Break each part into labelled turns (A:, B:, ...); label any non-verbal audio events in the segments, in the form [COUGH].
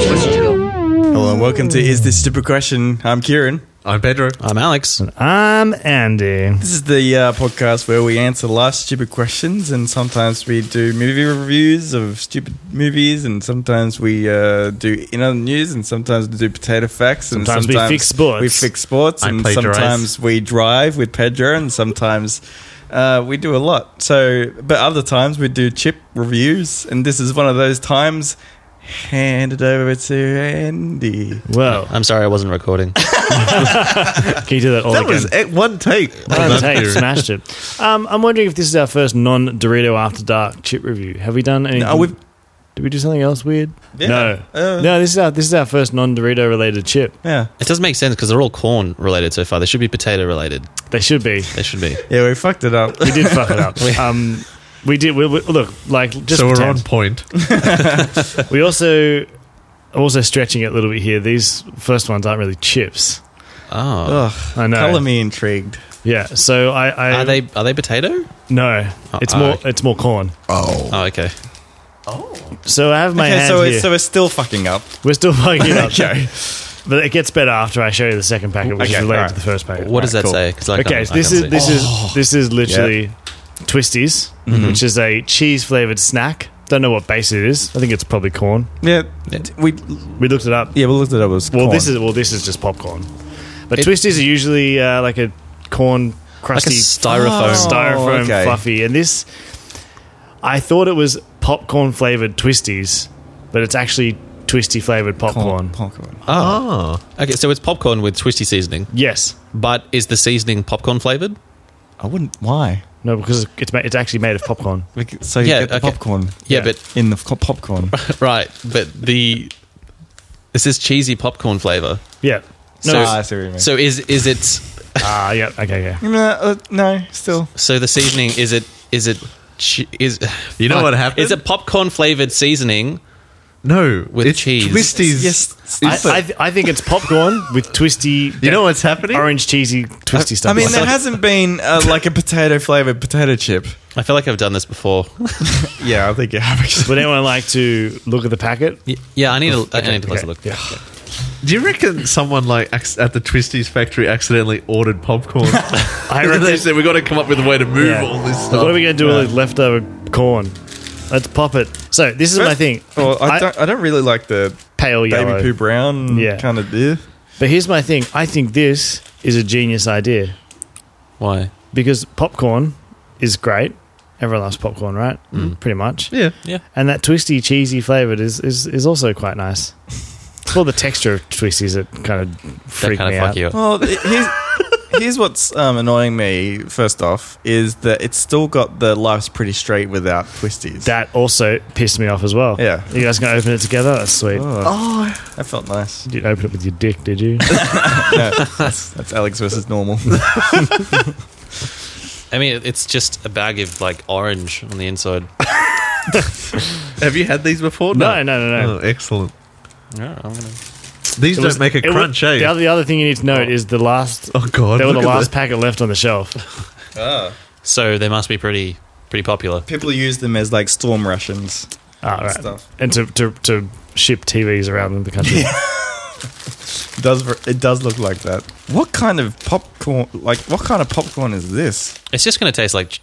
A: Hello and Oh, welcome to Is This Stupid Question? I'm Kieran.
B: I'm Pedro.
C: I'm Alex.
D: I'm Andy.
A: This is the uh, podcast where we answer life's stupid questions, and sometimes we do movie reviews of stupid movies, and sometimes we uh, do inner news, and sometimes we do potato facts, and
D: Sometimes we fix sports.
A: We fix sports,
B: I
A: and
B: plagiarize.
A: sometimes we drive with Pedro, and sometimes uh, we do a lot. So, but other times we do chip reviews, and this is one of those times. Hand it over to Andy.
D: Whoa,
C: I'm sorry I
B: [LAUGHS]
C: wasn't recording.
D: can you do that all
B: That
D: again?
B: was at one take.
D: Well
B: Well
D: done, hey,
B: done, Kieran.
D: smashed it. Um, I'm wondering if this is our first non Dorito After Dark chip review. Have we done anything?
A: No, we've-
D: Did we do something else weird?
A: Yeah.
D: No,
A: Uh.
D: no. This is our this is our first non Dorito related chip.
A: Yeah.
C: It doesn't make sense because they're all corn related so far. They should be potato related.
D: They should be.
C: They should be.
A: Yeah, we fucked it up.
D: We did fuck
A: [LAUGHS]
D: it up. um, we did. We, we, look, like just
B: so we're on
D: pretend.
B: point.
D: We also also stretching it a little bit here. These first ones aren't really chips.
C: Oh.
A: Ugh,
D: I know.
A: Color me intrigued.
D: Yeah. So I, I
C: Are they are they potato?
D: no.
C: Oh,
D: It's
C: oh,
D: more.
C: okay.
D: It's more corn.
C: Oh, okay.
D: So I have my
A: Uh, okay,
D: hand
A: so
D: here.
A: it's, so it's still fucking up.
D: We're
A: [LAUGHS]
D: still fucking up.
A: Okay.
D: But it gets better after I show you the second packet, which
A: Okay,
D: is related
A: alright.
D: to the first packet.
C: What does that
A: cool.
C: say? 'Cause I
D: okay,
C: can't-
D: so
C: I
D: this
C: can't
D: is
C: see.
D: this
A: Oh.
D: is this is literally Twisties,
A: Mm-hmm.
D: which is a cheese flavored snack. Don't know what base it is. I think it's probably corn.
A: Yeah, d- we
D: We looked it up.
A: yeah we looked it up. It was
D: Well,
A: corn.
D: this is well, this is just popcorn. But
C: It-
D: Twisties are usually uh, like a corn
C: like a
D: crusty
C: styrofoam.
A: Oh.
D: styrofoam
A: okay.
D: fluffy, and this I thought it was popcorn flavored Twisties, but it's actually twisty flavored popcorn.
A: corn. popcorn.
B: Oh.
D: ah.
C: Okay, so it's popcorn with twisty seasoning,
D: Yes.
C: but is the seasoning popcorn flavored?
A: I wouldn't. Why?
D: No, because it's ma- it's actually made of popcorn.
A: We c- So you
C: Yeah,
A: get the
C: okay.
A: popcorn
C: Yeah,
D: Yeah.
A: in the co-
C: [LAUGHS]
A: popcorn.
C: but right, but the this is cheesy popcorn flavor.
D: Yeah. No.
C: So-
D: it's-
A: Ah, I see what you mean.
C: So is is it
D: Ah, yeah. Okay, yeah.
A: no, uh, no, still.
C: So the seasoning is it is it che- is
B: You know
C: fuck.
B: what happened?
C: Is it popcorn flavored seasoning?
B: No,
C: With
B: it's
C: cheese.
B: Twisties.
A: Yes.
B: It's
D: I, I,
B: like-
D: th- I think it's popcorn with twisty,
B: you know what's happening?
D: orange cheesy, twisty stuff.
A: I mean,
D: Like-
A: there hasn't been uh, like a potato flavored potato chip.
C: I feel like I've done this before.
A: Yeah, I think you have. actually.
D: would anyone like to look at the packet?
C: Y- yeah, I need a, I need a closer
D: Okay,
C: look.
D: yeah.
B: Do you reckon someone like ac- at the Twisties factory accidentally ordered popcorn?
D: [LAUGHS] I
B: [LAUGHS] And they
D: reckon.
B: said we got to come up with a way to move
D: Yeah.
B: all this stuff.
D: What are we going to do with leftover corn? Let's pop it. So this is my thing.
A: Well, Oh, I,
D: I-
A: don't. I don't really like the
D: Pale
A: baby
D: yellow.
A: poo brown
D: Yeah.
A: kind of. eh.
D: But here's my thing. I think this is a genius idea
C: Why?
D: because popcorn is great. Everyone loves popcorn, right?
C: Mm.
D: Pretty much.
B: Yeah.
C: Yeah.
D: And that twisty, cheesy flavored is, is, is also quite nice. It's all the texture of twisties that kind of
C: That
D: freak
C: kind
D: me
C: of fuck
D: out. [LAUGHS]
C: you up.
A: Well, th- here's, here's what's um, annoying me. First off, is that it's still got the life's pretty straight without twisties.
D: That also pissed me off as well.
A: Yeah.
D: You guys gonna open it together? That's sweet.
A: Oh, that felt nice.
D: You didn't open it with your dick, did you?
A: No, that's, that's Alex versus normal. [LAUGHS]
C: I mean, it's just a bag of like orange on the inside.
B: Have you had these before?
D: no, no, no, no.
B: Oh, excellent.
C: Yeah, I'm gonna.
B: These
D: It
B: don't
D: was-
B: make a
D: it was-
B: crunch, eh?
D: The other, the other thing you need to note is the last.
B: oh god,
D: they were the
B: look at
D: last
B: that.
D: packet left on the shelf.
C: So they must be pretty pretty popular.
A: People use them as like storm rations.
D: Ah, right.
A: Stuff.
D: And to, to, to ship TVs around the country.
A: It does ver- it does look like that? What kind of popcorn? Like what kind of popcorn is this?
C: It's just gonna taste like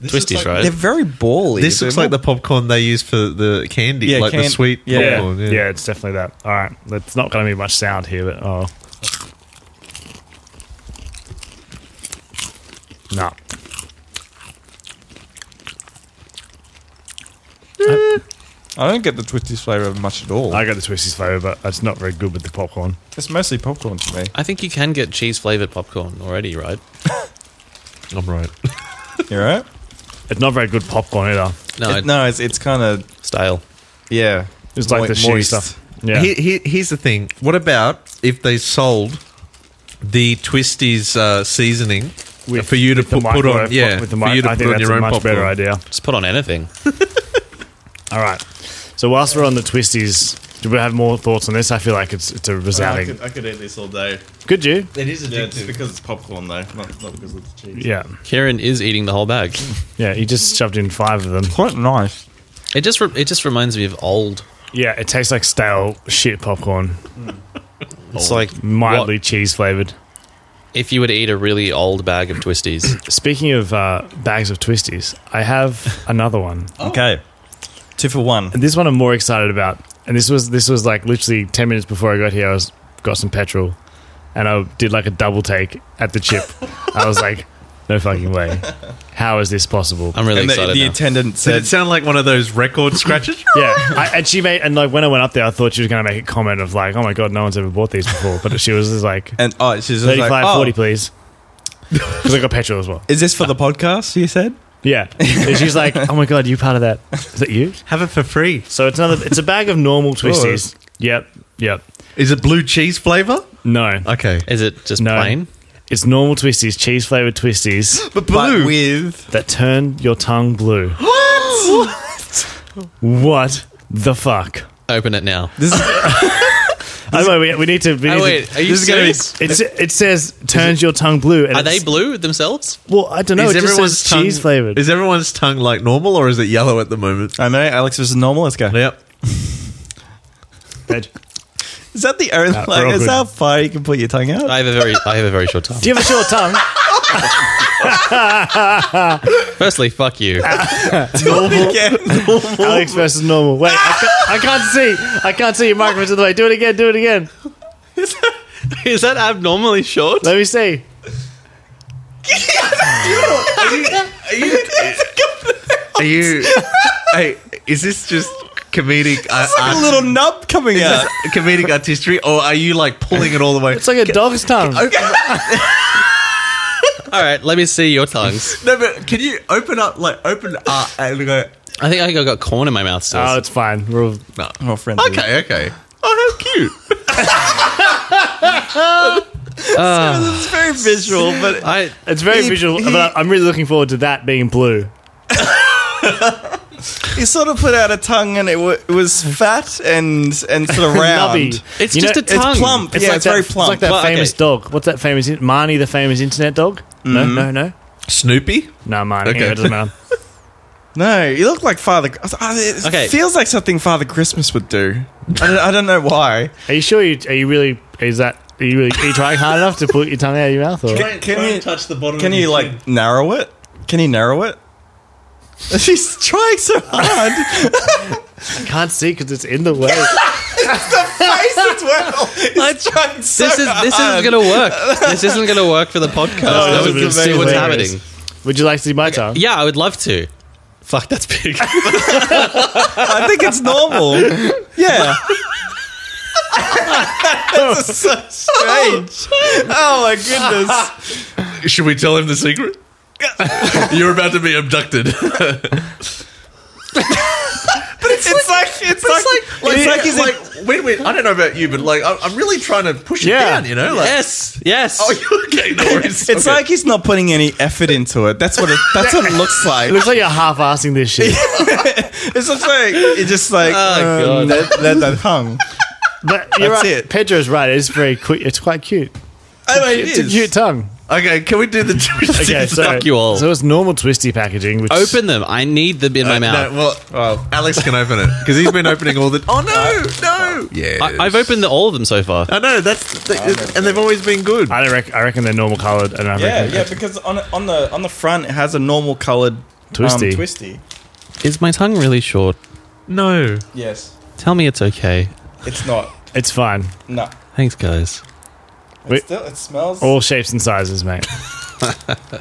C: twisties,
B: looks like-
C: right?
A: They're very bally.
B: This
A: They're
B: looks like
A: more-
B: the popcorn they use for the candy,
A: Yeah,
B: like the
A: can-
B: sweet
A: yeah.
B: popcorn.
D: yeah. it's definitely that. All right. That's not going to be much sound here, but oh. No.
A: I don't get the twisties flavor much at all.
D: I got the twisties flavour, but it's not very good with the popcorn.
A: it's mostly popcorn to me.
C: I think you can get cheese flavored popcorn already, right?
B: I'm right.
A: You right?
D: It's not very good popcorn either.
C: No,
A: It- no, it's it's kind of
C: stale.
A: yeah.
D: It's like
A: Mo-
D: the shoe
A: moist.
D: stuff. Yeah.
B: Here, here- here's the thing. What about if they sold the Twisties uh, seasoning
D: With-
B: for you to
D: with the
B: put, put
D: microwave
B: on?
D: pop-
B: Yeah,
D: with the
B: for
D: mic-
B: you to
D: I
B: put
D: think
B: on
D: that's
B: your
D: a
B: own
D: much
B: popcorn.
D: better idea.
C: Just put on anything.
D: All right. So whilst we're on the twisties, do we have more thoughts on this? I feel like it's it's a resounding.
A: I could eat this all day.
D: could you?
B: It is
A: Yeah, just because it's popcorn though, not, not because of the cheese.
D: Yeah.
C: Kieran is eating the whole bag.
D: Yeah. You just shoved in five of them.
A: Quite nice.
C: It just re- it just reminds me of old
D: Yeah, it tastes like stale shit popcorn.
C: It's like
D: Mildly
C: what-
D: cheese flavored.
C: if you were to eat a really old bag of
D: [COUGHS]
C: twisties.
D: Speaking of uh, bags of twisties, I have [LAUGHS] another one.
A: Okay. Two for one.
D: And this one I'm more excited about. And this was this was like literally ten minutes before I got here. I was got some petrol, and I did like a double take at the chip. I was like, no fucking way. How is this possible?
C: I'm [LAUGHS] really
A: and the,
C: excited
A: the
C: now.
A: attendant
B: Did
A: said,
B: it sound like one of those record scratches?
D: [LAUGHS] yeah, I, and she made and like when I went up there, I thought she was going to make a comment of like, oh my god, no one's ever bought these before. But she was just like
A: and oh, she's just
D: 35,
A: like, oh,
D: 40, please. [LAUGHS] Because I got petrol as well.
A: is this for the podcast? You said.
D: Yeah, and she's like, oh my god, you part of that? Is that you?
B: Have it for free.
D: So it's another. It's a bag
A: [LAUGHS]
D: of normal twisties.
A: Oh, it's-
D: Yep, yep.
B: Is it blue cheese flavor?
D: No,
B: Okay.
C: Is it just
D: No.
C: plain?
D: it's normal twisties, cheese flavored twisties
A: But
B: But blue.
A: with
D: that turn your tongue
C: [GASPS]
D: blue. What? what the fuck?
C: Open it now.
A: this, is-
D: I don't know. We, we need to. We need
C: Oh,
D: to-
C: wait, are you
A: this is gonna be-
D: It's,
C: serious?
D: it says turns your tongue blue. And
C: Are they
D: it's-
C: blue themselves?
D: Well, I don't know. Oh, it just says cheese flavored.
B: Is everyone's tongue like normal or is it yellow at the moment?
A: I know. Alex was normal. Let's go.
D: [LAUGHS]
B: Yep.
D: Do
A: Is that the only?
D: Uh, we're all
A: like, is
D: good.
A: that how far you can put your tongue out?
C: I have a very, I have a
D: [LAUGHS]
C: very short tongue.
D: you have a short
C: [LAUGHS]
D: tongue?
C: Firstly, fuck
D: [LAUGHS]
C: you.
A: Again.
D: Alex versus normal. Wait, I can't, I can't see. I can't see your microphone's in the way. Do it again. Do it again.
C: Is that abnormally short?
D: Let me see.
B: Are you.
D: [LAUGHS]
B: hey, is this just comedic? Uh,
A: like a little nub coming out.
B: comedic artistry, or are you like pulling it all the way?
D: It's like a dog's tongue.
C: All right, let me see your tongues.
B: no, but can you open up, like, open uh, and go?
C: I think I got corn in my mouth still.
D: Oh, it's fine. We're all-
B: No.
A: Oh, friendly.
B: Okay, okay. Oh, how cute!
A: It's very visual, but
C: I
D: it's very
A: He-
D: visual,
A: he-
D: but I'm really looking forward to that being blue.
A: he sort of put out a tongue, and it, wa it was fat and and sort [LAUGHS] of round.
D: Nubby.
C: It's
D: You
C: just
D: know,
C: a tongue.
A: plump. Yeah, it's
D: that,
A: very
D: It's
A: plump.
D: like that
C: Well,
D: famous
C: okay. Mm-hmm.
D: dog. What's that famous? in- Marnie, the famous internet dog? No, no, no.
B: Snoopy.
D: No, Marnie.
B: Okay.
D: Anyway, it doesn't
C: [LAUGHS]
D: matter.
A: No, you look like Father. Uh, It
C: Okay.
A: feels like something Father Christmas would do. I don't, I don't know why.
D: Are you sure you, are you really, is that, are you really, are you trying hard enough to put your tongue out of your mouth? Or?
A: Can, can you
B: touch the bottom?
A: can you like narrow it? Can you narrow it? [LAUGHS] She's trying so hard.
D: I can't see because it's in the way.
A: Face as well. She's trying so
C: this is
D: [LAUGHS]
C: this isn't
A: hard.
C: gonna work. This isn't gonna work for the podcast.
D: this
C: No,
D: is
C: one can see
D: amazing.
C: what's
D: Hilarious.
C: happening.
D: Would you like to see my tongue?
C: Yeah, I would love to. Fuck, that's big.
A: I think it's normal. Yeah. this is so strange. Oh my goodness.
B: Should we tell him the secret? [LAUGHS] You're about to be [LAUGHS] abducted.
A: It's like it's, like, it's like he's in-
B: like wait, wait. I don't know about you, but like, I- I'm really trying to push
D: Yeah.
B: it down. You know, like,
C: [LAUGHS] yes, yes.
B: [LAUGHS] oh, you okay? [LAUGHS] No worries.
A: it's
B: Okay.
A: like he's not putting any effort into it. That's what it that's what it looks like. [LAUGHS]
D: It looks like you're half-assing this shit.
A: It's just like it's just like
C: Oh,
A: um,
C: God.
A: that, that, that tongue.
D: But you're
A: That's
D: right.
A: it.
D: Pedro's right. It's very quick. It's quite cute.
A: I mean,
D: It's a cute tongue.
B: okay. Can we do the
D: Okay, so,
C: Fuck you all.
D: So it's normal twisty packaging. Which
C: Open them. I need them in my
B: Uh,
C: mouth.
B: No, well, Alex can open it because he's been opening all the. [LAUGHS] Oh no, no. Yeah,
C: I, I've opened the, all of them so far.
B: I know that's, the, and they've always been good.
D: I don't reckon. I reckon they're normal coloured, and
A: [LAUGHS]
D: I
A: Yeah,
D: reckon
A: yeah, because on on the on the front it has a normal coloured
D: Twisty.
A: Um, twisty.
C: Is my tongue really short?
B: No,
A: Yes.
C: Tell me it's okay.
A: It's not.
D: it's fine.
A: No.
C: Thanks, guys.
A: It
D: Wait.
A: still it smells
D: All shapes and sizes, mate.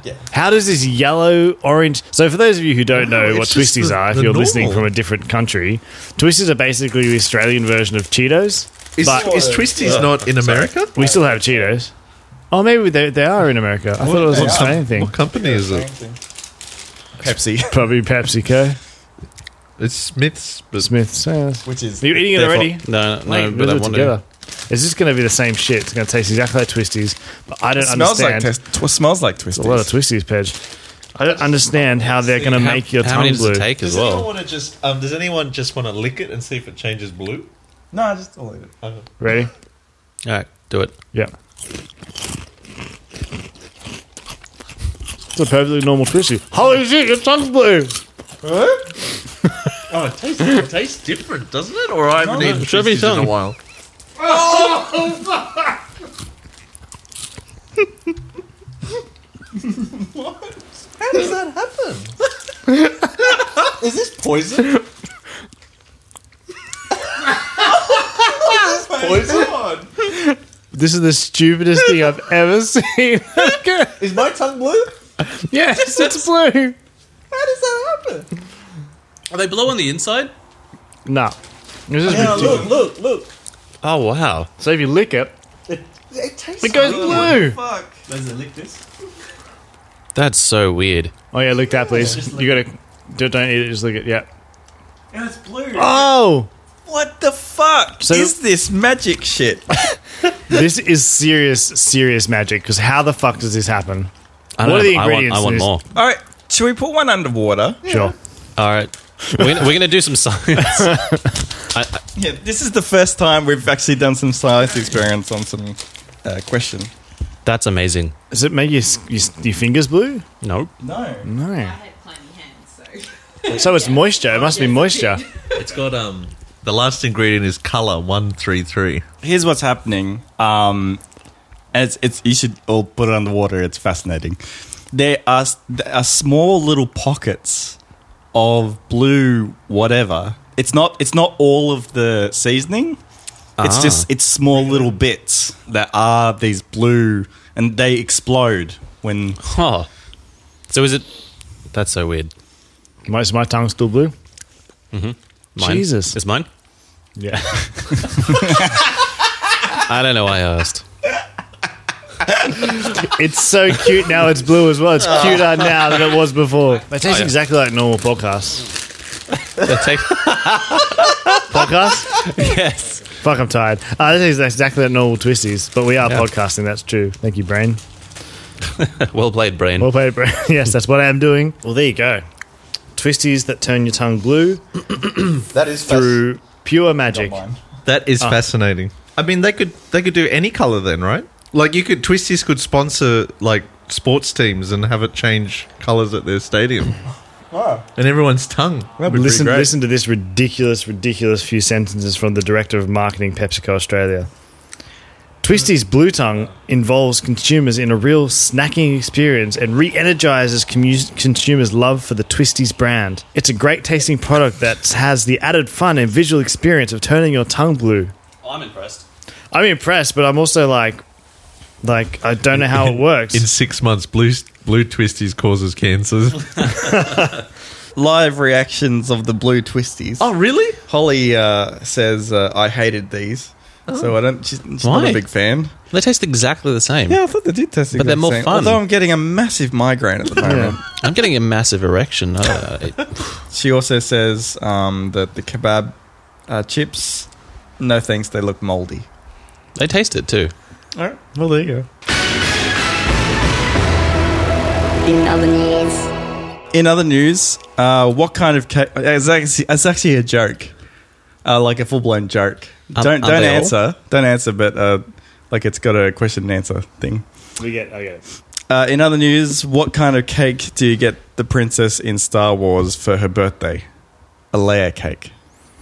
A: Yeah.
D: How does this yellow, orange? So, for those of you who don't know
B: it's
D: what
B: just
D: twisties
B: the-
D: are, if
B: the
D: you're listening
B: normal.
D: from a different country, twisties are basically the Australian version of Cheetos.
B: is,
D: but
B: is Twisties
A: Uh,
B: not in America?
D: we still have Cheetos. Oh, maybe they, they are in America. I thought it was an
A: they are.
D: Australian thing.
B: What company is it?
A: Pepsi. [LAUGHS]
D: Probably PepsiCo,
B: It's Smith's. But
D: Smith's. Uh,
A: Which is
D: Are you eating it
B: Therefore-
D: already?
C: No,
D: Mate,
C: no, but I
D: we'll do it
C: want
D: together.
C: to.
D: It's just going to be the same shit. It's going to taste exactly like Twisties, but I don't
A: smells like
D: understand.
A: twist tw- smells like twisties.
D: a lot of Twisties, Pej. I don't understand how they're going to
C: How-
D: make your
C: how
D: tongue
C: many does
D: blue.
C: it take as well?
B: want to just? Um, does anyone just want to lick it and see if it changes blue?
A: no, just all of it.
D: Ready?
C: All right, do it.
D: Yeah. It's a perfectly normal Twisty. Holy shit, your tongue's blue!
B: Oh, it tastes, it tastes different, doesn't it? Or I haven't
A: No,
B: eaten
C: show me
B: Twisties in a
C: some.
B: while. How does that happen? Is this poison? Is this poison?
D: This is the stupidest thing I've ever [LAUGHS] seen.
B: Is my tongue blue?
D: yes, it's blue.
B: How does that happen?
C: Are they blue on the inside?
D: Nah. This is
B: Yeah,
D: ridiculous.
B: look, look, look.
C: Oh wow!
D: So if you lick it,
B: It, it tastes
D: it goes blue.
B: blue.
A: Fuck.
B: Does it lick this?
C: That's so weird.
D: Oh yeah, lick that please. You gotta don't, don't eat it, just lick it. Yeah.
A: And it's blue.
D: Oh,
A: What the fuck
D: So-
A: is this magic shit? [LAUGHS]
D: this is serious, serious magic. Because how the fuck does this happen?
C: I don't
D: What are
C: know.
D: the ingredients
C: I want, I
D: in
C: want more.
A: All right, should we put one underwater?
D: Sure.
C: All right, we're gonna, we're gonna do some [LAUGHS] science. I, I,
A: Yeah, this is the first time we've actually done some science experiments on some uh, question.
C: that's amazing.
D: Does it make your, s- your s- your fingers blue?
C: Nope.
A: No.
D: No.
E: I had clammy hands, so
D: So it's moisture. It must be
E: Yes, it
D: moisture.
B: It's got um. The last ingredient is color one three three.
A: Here's what's happening. Um, and it's, it's you should all put it underwater. It's fascinating. There are s- there are small little pockets of blue whatever. It's not it's not all of the seasoning. It's
C: Ah.
A: just it's small little bits that are these blue, and they explode when
C: Huh. So is it? That's so weird.
D: My, is my tongue still blue?
C: Mine?
D: Jesus.
C: Is mine?
D: Yeah.
C: I don't know. why I asked.
D: [LAUGHS] it's so cute now. It's blue as well. It's [LAUGHS] cuter now than it was before. Oh, It tastes exactly like normal podcasts.
C: They take-
D: Podcasts.
C: [LAUGHS] yes.
D: [LAUGHS] Fuck, I'm tired. Uh, this is exactly like normal twisties, but we are
C: Yeah.
D: podcasting. That's true. Thank you, brain.
C: Well played, brain.
D: Well played, brain. [LAUGHS] yes, that's what I am doing. Well, there you go. Twisties that turn your tongue [CLEARS THROAT] blue
A: that is
D: through pure magic.
B: That is fascinating. I mean, they could they could do any color then, right? Like you could Twisties could sponsor like sports teams and have it change colors at their [LAUGHS] stadium. And everyone's tongue. That'd be
D: Listen,
B: pretty great.
D: listen to this ridiculous, ridiculous few sentences from the director of marketing, PepsiCo Australia. Twisty's Blue Tongue involves consumers in a real snacking experience and re energizes commu- consumers' love for the Twisties brand. It's a great tasting product that has the added fun and visual experience of turning your tongue blue.
C: I'm impressed.
D: I'm impressed, but I'm also like, like I don't know how it works.
B: In [LAUGHS] six months, blue blue Twisties causes cancer. [LAUGHS]
A: Live reactions of the blue twisties.
C: Oh,
B: really?
A: Holly uh, says uh, I hated these, so I don't. She's, she's not
C: Why?
A: a big fan.
C: They taste exactly the same.
A: Yeah, I thought they did test the
C: But they're
A: exact
C: more
A: same.
C: fun.
A: Although I'm getting a massive migraine at the moment.
C: I'm getting a massive erection. Uh, it-
A: She also says um, that the kebab uh, chips, no thanks, they look moldy.
C: they taste it too.
A: All right.
D: well, there you go.
F: in other news.
A: In other news, uh, what kind of cake? It's actually, it's actually a joke, uh, like a full blown joke.
C: Um,
A: don't
C: are
A: don't
C: they all?
A: answer. Don't answer. But uh, like it's got a question and answer thing.
D: We get, I get it.
A: Uh, in other news, what kind of cake do you get the princess in Star Wars for her birthday? A layer cake.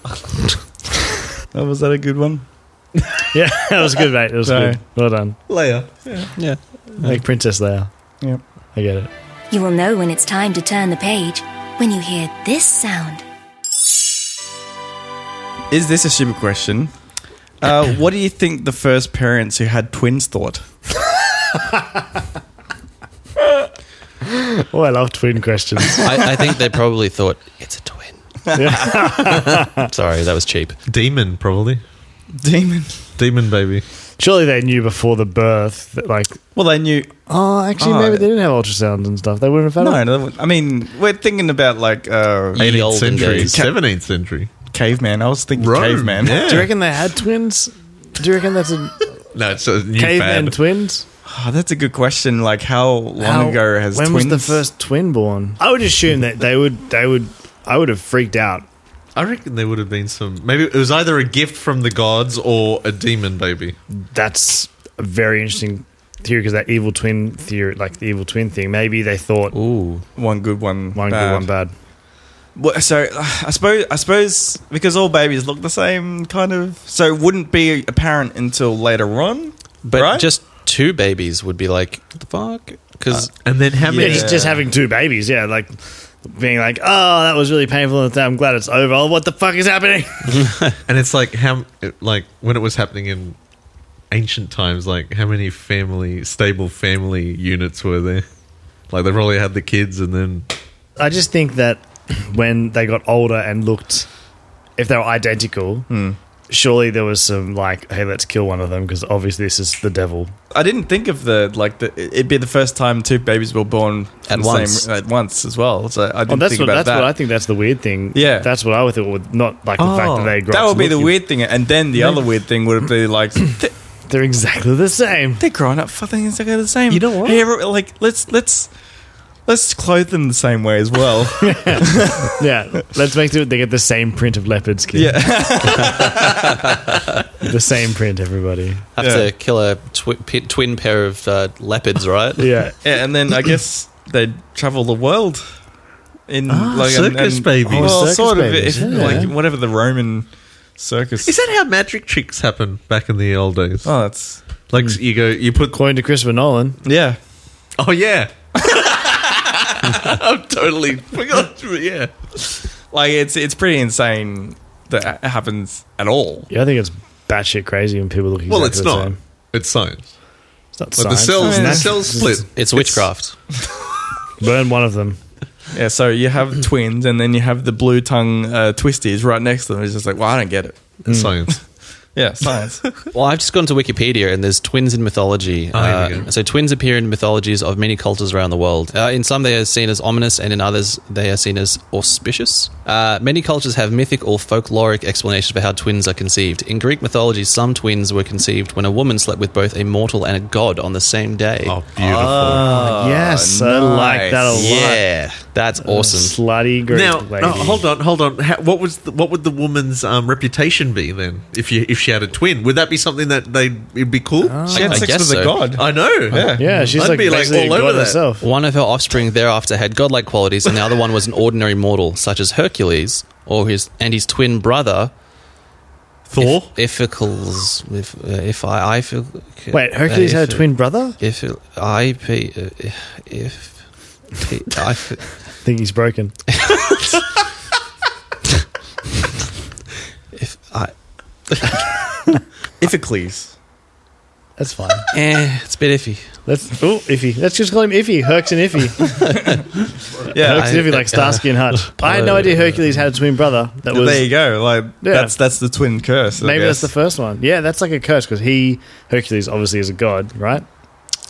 A: oh, was that a good one?
D: Yeah, [LAUGHS] that was good, mate. It was
A: Sorry.
D: good. Well done.
A: Layer.
C: Yeah.
D: Like Princess Leia.
A: Yep.
D: I get it.
G: You will know when it's time to turn the page when you hear this sound.
A: Is this a stupid question? Uh, what do you think the first parents who had twins thought?
D: Oh, I love twin questions.
C: I, I think they probably thought it's a twin. [LAUGHS] Sorry, that was cheap.
B: Demon, probably.
A: Demon.
B: Demon baby.
D: Surely they knew before the birth that, like,
A: Well, they knew.
D: oh, actually,
A: Oh.
D: maybe they didn't have ultrasounds and stuff. They wouldn't have had
A: No,
D: it.
A: no, I mean, we're thinking about like uh,
C: Ye
B: Eighteenth
C: olden
B: century,
C: days.
B: seventeenth century.
A: caveman. I was thinking
B: Rome,
A: caveman.
B: yeah.
D: Do you reckon they had twins? Do you
A: [LAUGHS]
D: reckon that's a
B: No, it's a new
D: caveman
B: fad.
D: twins?
A: Oh, that's a good question. Like, how long
D: How-
A: ago has
D: when
A: twins?
D: was the first twin born? I would assume that they would. They would. I would have freaked out.
B: I reckon there would have been some. Maybe it was either a gift from the gods or a demon baby.
D: That's a very interesting theory because that evil twin theory, like the evil twin thing, maybe they thought
C: Ooh.
A: one good one?
D: one good, one bad.
A: Wha- So I suppose I suppose because all babies look the same, kind of. So it wouldn't be apparent until later on.
C: But
A: right?
C: just two babies would be like, what the fuck? Because
B: And then how
D: Yeah,
B: many?
D: just, just having two babies. Yeah, like being like, oh, that was really painful. and I'm glad it's over. Oh, what the fuck is happening?
B: And it's like how, like when it was happening in ancient times, like how many family stable family units were there? Like they probably had the kids, and then
D: [LAUGHS] I just think that when they got older and looked, if they were identical, surely there was some like, hey, let's kill one of them because obviously this is the devil.
A: I didn't think of the like the it'd be the first time two babies were born
C: At
A: the
C: once.
A: at once as well. So I
D: Oh,
A: didn't
D: that's
A: think
D: what
A: about
D: that's
A: that.
D: what I think. That's the weird thing.
A: Yeah. Oh,
D: that's what I would think. would Not like the fact that they grow.
A: that
D: up
A: would
D: to
A: be the
D: look-
A: weird thing, and then the other weird thing would be
C: [LAUGHS]
A: like th-
D: They're exactly the same.
A: they're growing up fucking exactly the same.
B: You know what?
A: Hey, every- like let's let's let's clothe them the same way as
C: [LAUGHS]
A: well.
D: [LAUGHS] Yeah, let's make sure they get the same print of leopard skin.
A: yeah, [LAUGHS]
D: [LAUGHS] the same print. Everybody.
C: have
A: Yeah.
C: to kill a twi- pi- twin pair of uh, leopards, right?
D: Yeah.
A: Yeah, and
D: [COUGHS]
A: then I guess they'd travel the world in
B: Ah,
A: like and-
B: circus
A: and-
B: babies.
A: Well,
D: Circus
A: sort
D: babies,
A: of, if,
D: yeah.
A: like whatever the Roman circus.
B: is that how magic tricks happen back in the old days?
A: oh, that's
B: Like you go, you put.
D: According to Christopher Nolan,
A: yeah.
B: Oh yeah, [LAUGHS] I'm totally forgot. Yeah,
A: Like it's it's pretty insane that it happens at all.
D: yeah, I think it's batshit crazy when people look. Exactly
B: well, it's
D: the
B: not.
D: Same.
B: It's science.
D: It's not
B: But the
D: science.
B: cells,
A: Yeah.
B: the cells split.
C: It's witchcraft.
D: Burn one of them.
A: Yeah, so you
D: [COUGHS]
A: have twins, and then you have the blue tongue uh, twisties right next to them. It's just like, well, I don't get it.
B: It's
D: [LAUGHS]
B: science.
A: Yeah, science.
C: Well, I've just gone to Wikipedia and there's twins in mythology.
B: Oh, here we
C: Uh,
B: go.
C: so twins appear in mythologies of many cultures around the world. Uh, in some, they are seen as ominous, and in others, they are seen as auspicious. Uh, many cultures have mythic or folkloric explanations for how twins are conceived. In Greek mythology, some twins were conceived when a woman slept with both a mortal and a god on the same day.
B: Oh, beautiful. Ah.
D: yes, I like that a lot.
C: yeah, that's awesome.
D: Slutty Greek
B: now,
D: lady.
B: no, hold on, hold on. How, what was the, what would the woman's um, reputation be then if you if she had a twin? Would that be something that they would be cool?
D: Ah.
A: She had
C: I
A: sex
C: guess
A: with a
C: so.
A: god.
B: I know. Yeah.
D: Yeah, she's
B: I'd
D: like,
B: be, like,
D: basically
B: all
D: a
B: over
D: god
B: that.
D: herself.
C: One of her offspring thereafter had godlike qualities, and the other one was an ordinary mortal, such as Hercules or his and his twin brother
B: Thor.
C: If, Iphicles, if, uh, if I, I feel.
D: Wait, Hercules had a twin brother?
C: If I p uh, if. P- I f-
D: I think he's broken.
C: if I,
A: Iphicles.
D: That's fine.
C: eh, it's a bit iffy.
D: Let's oh iffy. Let's just call him Iffy. Herc's and
B: [LAUGHS]
D: Iffy.
A: Yeah,
D: Herc's and
C: I-
D: Iffy like Starsky and Hutch. I had no idea Hercules had a twin brother. That was
A: there you go. Like that's that's the twin curse. I
D: maybe that's
A: guess.
D: the first one. Yeah, that's like a curse because he Hercules obviously is a god, right?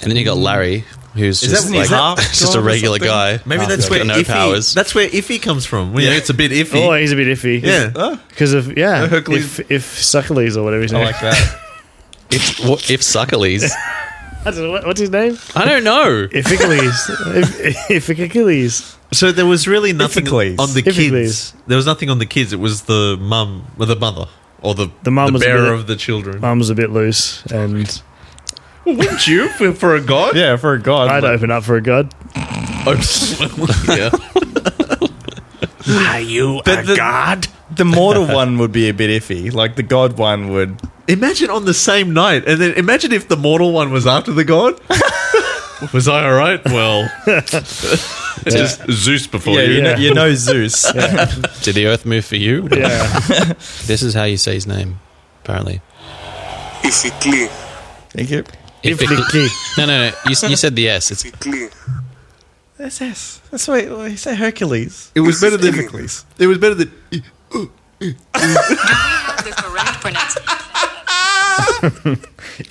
C: And then you got Larry, who's
A: Is
C: just,
A: that-
C: like,
A: is that-
C: [LAUGHS] just a regular guy.
B: Maybe that's
C: He's
B: where
C: got no
B: iffy,
C: powers.
B: That's where iffy comes from. Well, yeah, it's a bit iffy.
D: Oh, he's a bit iffy.
B: yeah.
D: [LAUGHS]
A: Oh,
D: because of yeah,
B: Uh, Hercules-
D: if if Succles or whatever his
A: I
D: name.
A: like that.
C: if, what, if Suckleys,
D: [LAUGHS] I don't know, what- what's his name?
C: I don't know.
D: Iphicles. if [LAUGHS] Iphicles.
B: So there was really nothing
A: Iphicles.
B: on the
D: Iphicles.
B: kids. There was nothing on the kids. It was the mum or the mother or the
D: The mum was a
B: bearer
D: bit-
B: of the
D: [LAUGHS]
B: children.
D: Mum's a bit loose, and
B: Wouldn't you for, for a god?
A: Yeah, for a god.
D: I'd
A: like-
D: open up for a god.
B: Oh, [LAUGHS] yeah. Are you
A: But the-
B: god?
A: The [LAUGHS] mortal one would be a bit iffy. Like the god one would.
B: Imagine on the same night, and then imagine if the mortal one was after the god. [LAUGHS] was I all right? Well, just Zeus before
A: Oh, Yeah, you,
D: yeah.
A: Know, you know [LAUGHS] Zeus.
C: Did the earth move for you?
D: Yeah.
C: [LAUGHS] This is how you say his name, apparently.
E: If it clear,
A: Thank you.
C: If
D: Iphicles.
C: no, no, no. You, s- you said the S. It's
E: if it clear.
A: That's S. That's why why you say Hercules. [LAUGHS]
B: It was better than
A: Hercules.
B: It was better than.
C: I,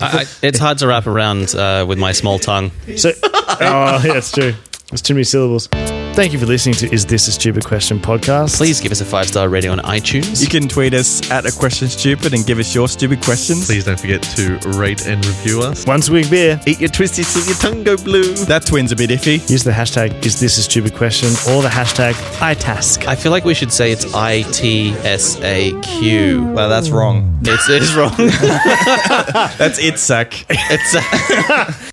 C: I, it's hard to wrap around uh, with my small tongue.
D: So, oh, yeah, it's true. It's too many syllables. Thank you for listening to Is This a Stupid Question podcast.
C: Please give us a five star rating on iTunes.
A: You can tweet us at a question stupid and give us your stupid questions.
B: Please don't forget to rate and review us.
D: once a week beer,
B: Eat your twisties till your tongue go blue.
A: That twin's a bit iffy.
D: use the hashtag Is This a Stupid Question or the hashtag ITask.
C: I feel like we should say it's I T S A Q.
A: Well, that's wrong.
C: [LAUGHS] It's, it's wrong. uh,
A: That's it, sack.
C: It's.